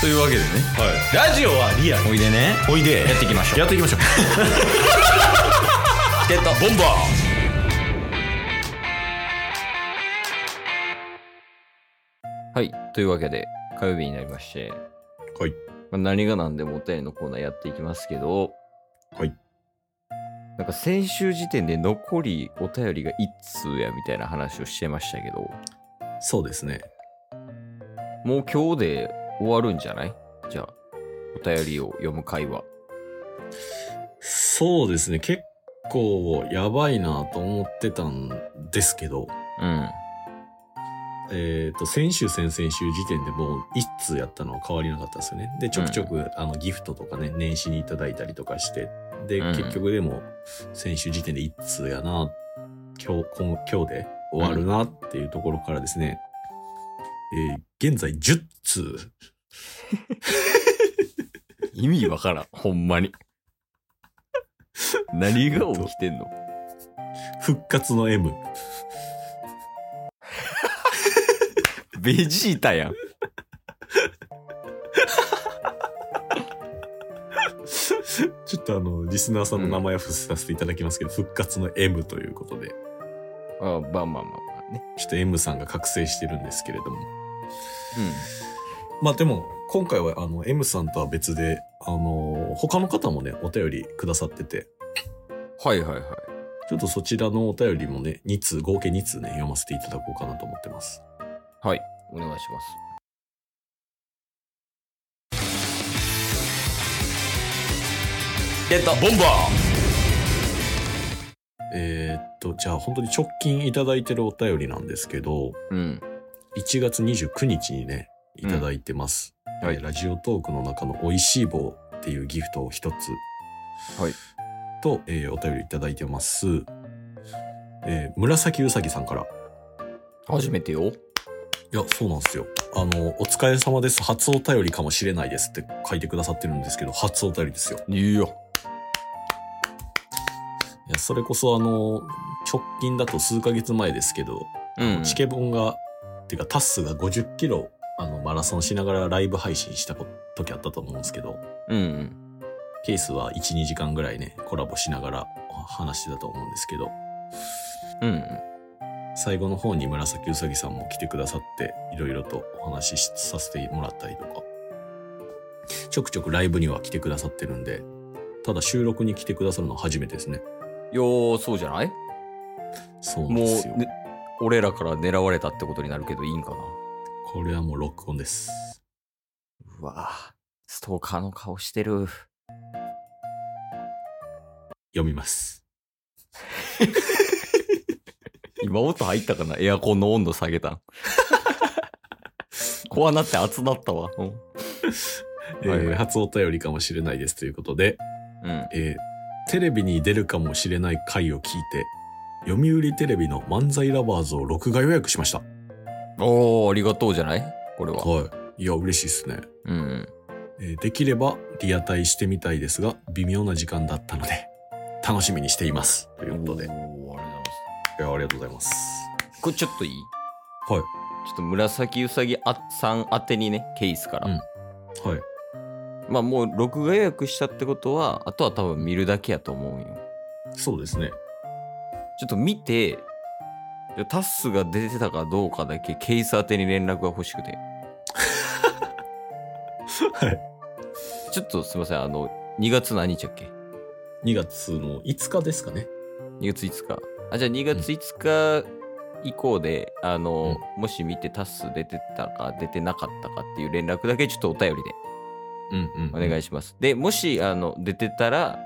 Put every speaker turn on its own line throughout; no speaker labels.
というわけでね
ラジオはリアル
おいでね
おいで
やっていきましょう
やっていきましょう
チケットボンバーはいというわけで火曜日になりまして、
はい
まあ、何が何でもお便りのコーナーやっていきますけど
はい
なんか先週時点で残りお便りが1通やみたいな話をしてましたけど
そうですね
もう今日で終わるんじゃないじゃあお便りを読む会話
そうですね結構やばいなと思ってたんですけど
うん
えっ、と先週先々週時点でもう一通やったのは変わりなかったですよねでちょくちょく、あのギフトとかね年始にいただいたりとかしてで、
うん
結局でも先週時点で一通やな今日今今日で終わるなっていうところからですね、えー現在10通
意味わからんほん まに何が起きてんの
復活の M
ベジータ やん
ちょっとあの、リスナーさんの名前を伏せさせていただきますけど、復活の M ということで、
あまあまあまあまあね
ちょっと M さんが覚醒してるんですけれども。
うん
まあでも、今回はあの、M さんとは別で、あの、他の方もね、お便りくださってて、
はいはいはい
ちょっとそちらのお便りもね、2通、合計2通ね、読ませていただこうかなと思ってます。
はいお願いしますゲットボンバ
えーっと、じゃあ本当に直近いただいてるお便りなんですけど、
ーうん
1月29日にね、いただいてます。
うんはい
えーラジオトークの中の美味しい棒っていうギフトを一つ。
はい
と、えーお便りいただいてます。えー紫うさぎさんから。
初めてよ
いや、そうなんですよ。あの、お疲れ様です。初お便りかもしれないですって書いてくださってるんですけど、初お便りですよ。
いや
いや、それこそあの、直近だと数ヶ月前ですけど、
うん
チケボンが、てかタッスが50キロ、あの、マラソンしながらライブ配信したこ時あったと思うんですけど、
うんうん
ケースは1、2時間ぐらいね、コラボしながら話してたと思うんですけど、
うん
最後の方に紫うさぎさんも来てくださって、いろいろとお話しさせてもらったりとか、ちょくちょくライブには来てくださってるんで、ただ収録に来てくださるのは初めてですね。
よーそうじゃない
そうなん
もう
ですよ。、
ね、俺らから狙われたってことになるけどいいんかな
これはもう録音です。
うわぁストーカーの顔してる
読みます。
今音入ったかなエアコンの温度下げ たん怖なって熱なったわうん
えー
はいはい
初お便りかもしれないですということで、
うん
えーテレビに出るかもしれない回を聞いて、読売テレビの漫才ラバーズを録画予約しました。
おーありがとうじゃないこれは、
はい。いや、嬉しいですね。
うん
えーできればリアタイしてみたいですが、微妙な時間だったので、楽しみにしています。ということで。い
お
や、
ーありがとうございます
ありがとうございます。
これちょっといい
はい。
ちょっと紫うさぎあさん宛てにねケースから、
うんはい。
まあもう録画予約したってことはあとは多分見るだけやと思うんよ
そうですね。
ちょっと見てタッスが出てたかどうかだけケース宛てに連絡が欲しくて
はい。
ちょっとすいませんあの2月何日やっけ
2月の5日ですかね。
2月5日あじゃあ2月5日以降で、あの、もし見てタス出てたか出てなかったかっていう連絡だけちょっとお便りで
うんうん、
お願い
し
します、でもしあの出てたら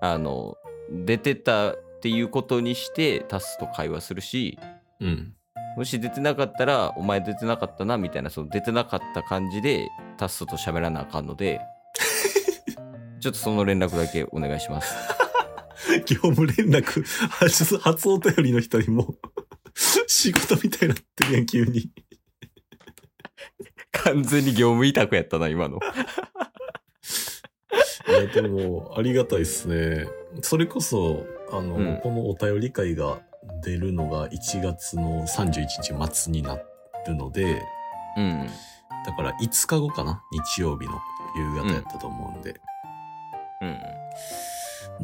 あの出てたっていうことにしてタスと会話するし
うん。
もし出てなかったらお前出てなかったなみたいなその出てなかった感じでタスと喋らなあかんの でちょっとその連絡だけお願いします
業務連絡、初、初お便りの人にも、 仕事みたいになってるやん、急に。
完全に業務委託やったな今の
いや、でも、ありがたいですね。それこそ、あの、
うん
このお便り会が出るのが1月の31日末になるので、
うん。
だから5日後かな日曜日の夕方やったと思うんで。
うん。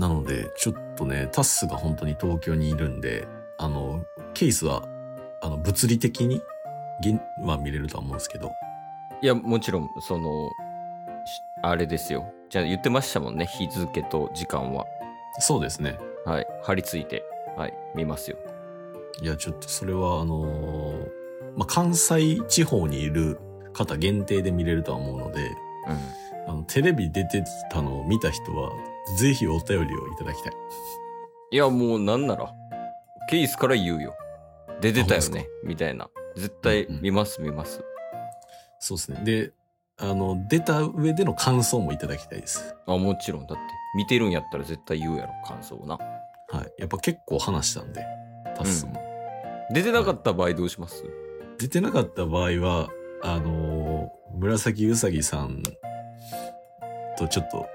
なので、ちょっとね、タッスが本当に東京にいるんで、あの、ケースは、あの、物理的に、現は見れるとは思うんですけど、
いや、もちろん、その、しあれですよ。じゃあ言ってましたもんね。日付と時間は。
そうですね。
はい。張り付いて、はい。見ますよ。
いや、ちょっとそれは、あのーまあ、関西地方にいる方限定で見れるとは思うので、
うん。
あの、テレビ出てたのを見た人は、ぜひお便りをいただきたい。
いや、もうなんなら、ケースから言うよ。出てた
あ
よ
ほんまっ
ね。みたいな。絶対
うんうん
見ます、見ます。
そうですね。で、あの、出た上での感想もいただきたいです。
あ、もちろん。だって、見てるんやったら絶対言うやろ、感想をな。
はい。やっぱ結構話したんで、タッスも。
出てなかった場合どうします
出てなかった場合は、あのー紫うさぎさんとちょっと、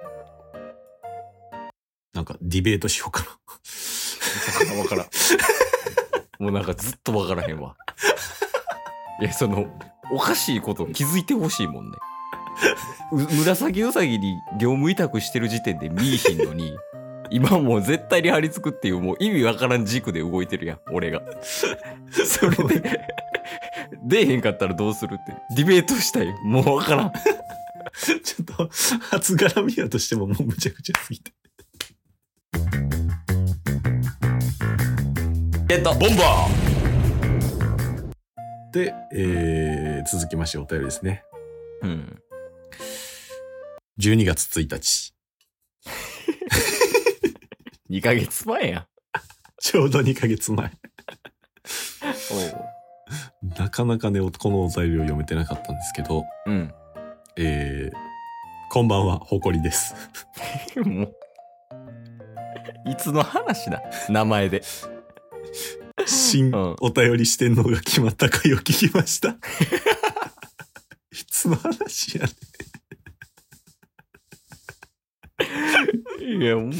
なんかディベートしようかな。
わからん。もうなんかずっとわからへんわ。いや、その、おかしいこと気づいてほしいもんね。う紫うさぎに業務委託してる時点で見いひんのに、今もう絶対に張り付くっていうもう意味わからん軸で動いてるやん、俺が。それで、出えへんかったらどうするって。ディベートしたい。もうわからん。
ちょっと、初絡みやとしてももうむちゃくちゃすぎて。
ゲットボンバー
で、えー、続きましてお便りですね。
うん。
12月1日。
2ヶ月前やん。
ちょうど2ヶ月前。なかなかね、おこのお便りを読めてなかったんですけど、
うん。
えー、こんばんは、ほこり です。
もう、いつの話だ名前で。
新
うん
お便りしてんのが決まった回を聞きました。いつの話やね
いや、ほんま、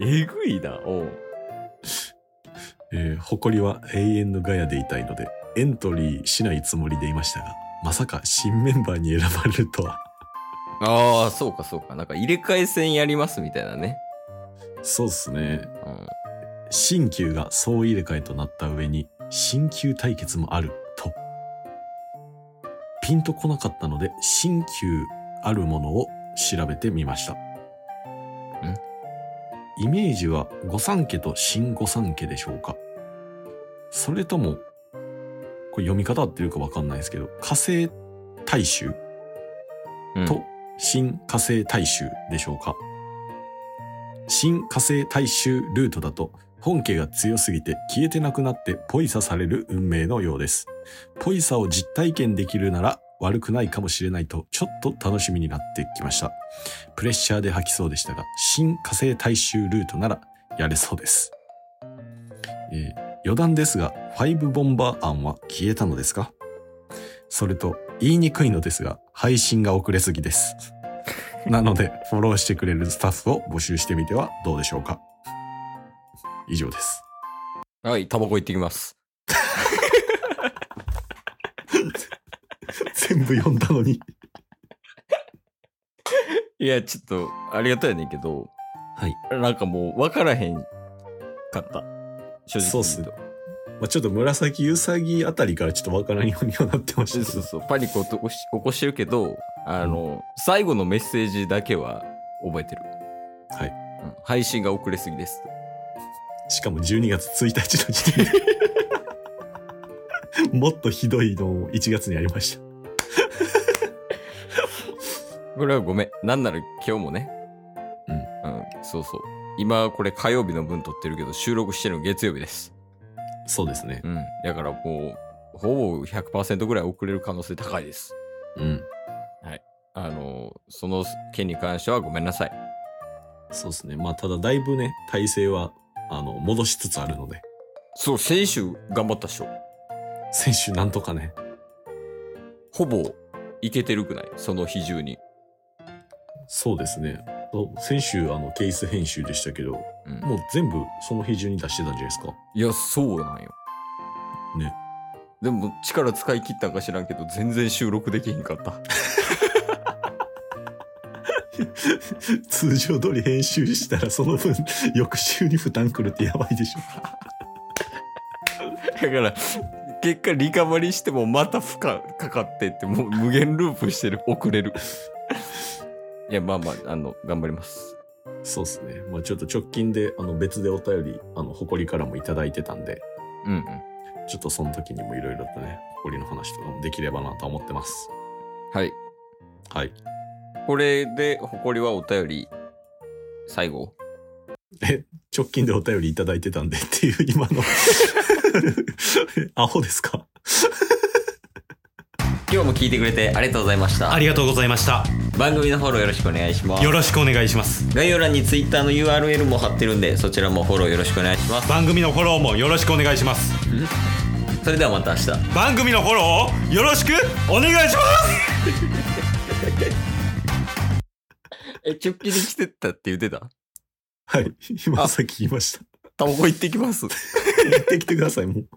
えぐいな、おう。
ん。えー、誇りは永遠のガヤでいたいので、エントリーしないつもりでいましたが、まさか新メンバーに選ばれるとは。
ああ、そうかそうか。なんか入れ替え戦やりますみたいなね。
そうっすね。
うん。
新旧が総入れ替えとなった上に、新旧対決もある、と。ピンとこなかったので、新旧あるものを調べてみました。イメージは御三家と新御三家でしょうかそれとも、これ読み方合ってるかわかんないですけど、火星大衆
うん
と、新火星大衆でしょうか新火星大衆ルートだと本家が強すぎて消えてなくなってポイサされる運命のようですポイサを実体験できるなら悪くないかもしれないとちょっと楽しみになってきましたプレッシャーで吐きそうでしたが新火星大衆ルートならやれそうです、えー余談ですが5ボンバー案は消えたのですかそれと、言いにくいのですが、配信が遅れすぎ です。なので、フォローしてくれるスタッフを募集してみてはどうでしょうか。以上です。
はい、タバコ行ってきます。
全部読んだのに。
いや、ちょっと、ありがたいねんけど、
はい。
なんかもう、わからへんかった。正直言と。
そうっすまあ、ちょっと紫うさぎあたりからちょっとわからんようにはなってま
そう
したけ
そう
ど。
そう。パニックを起こし起こしてるけど、あの、最後のメッセージだけは覚えてる。
はい
うん。配信が遅れすぎです。
しかも12月1日の時点で。もっとひどいのを1月にありました。
これはごめん。なんなら今日もね。うん。そうそう。今これ火曜日の分撮ってるけど、収録してるの月曜日です。
そうですね。
うん。だからもう、ほぼ100%ぐらい遅れる可能性高いです。
うん。
あの、その件に関してはごめんなさい。
そうですね。まあ、ただだいぶね、体勢は、あの、戻しつつあるので、
そう、先週頑張ったっしょ。
先週なんとかね、
ほぼ、いけてるくないその比重に。
そうですね。そう先週、あの、ケース編集でしたけど、
うん。
もう全部その比重に出してたんじゃないですか。
いや、そうなんよ。
ね。
でも力使い切ったんか知らんけど全然収録できへんかった
通常通り編集したらその分翌週に負担くるってやばいでしょ
だから結果リカバリーしてもまた負荷かかってってもう無限ループしてる遅れるいやまあまああの頑張ります
そうっすね。まあちょっと直近で、あの別でお便り、あの、誇りからもいただいてたんで、
うんうん
ちょっとその時にもいろいろとね、誇りの話とかもできればなと思ってます。
はい
はい。
これで誇りはお便り最後
直近でお便りいただいてたんでっていう 今の、アホですか
今日も聞いてくれてありがとうございました
ありがとうございました。
番組のフォローよろしくお願いします
よろしくお願いします。
概要欄に Twitter の URL も貼ってるんでそちらもフォローよろしくお願いします
番組のフォローもよろしくお願いします。
それではまた明日
番組のフォローをよろしくお願いします
え直近に来てったって言ってた
はい。今さっき言いました。
タバコ行ってきます
行ってきてください、もう。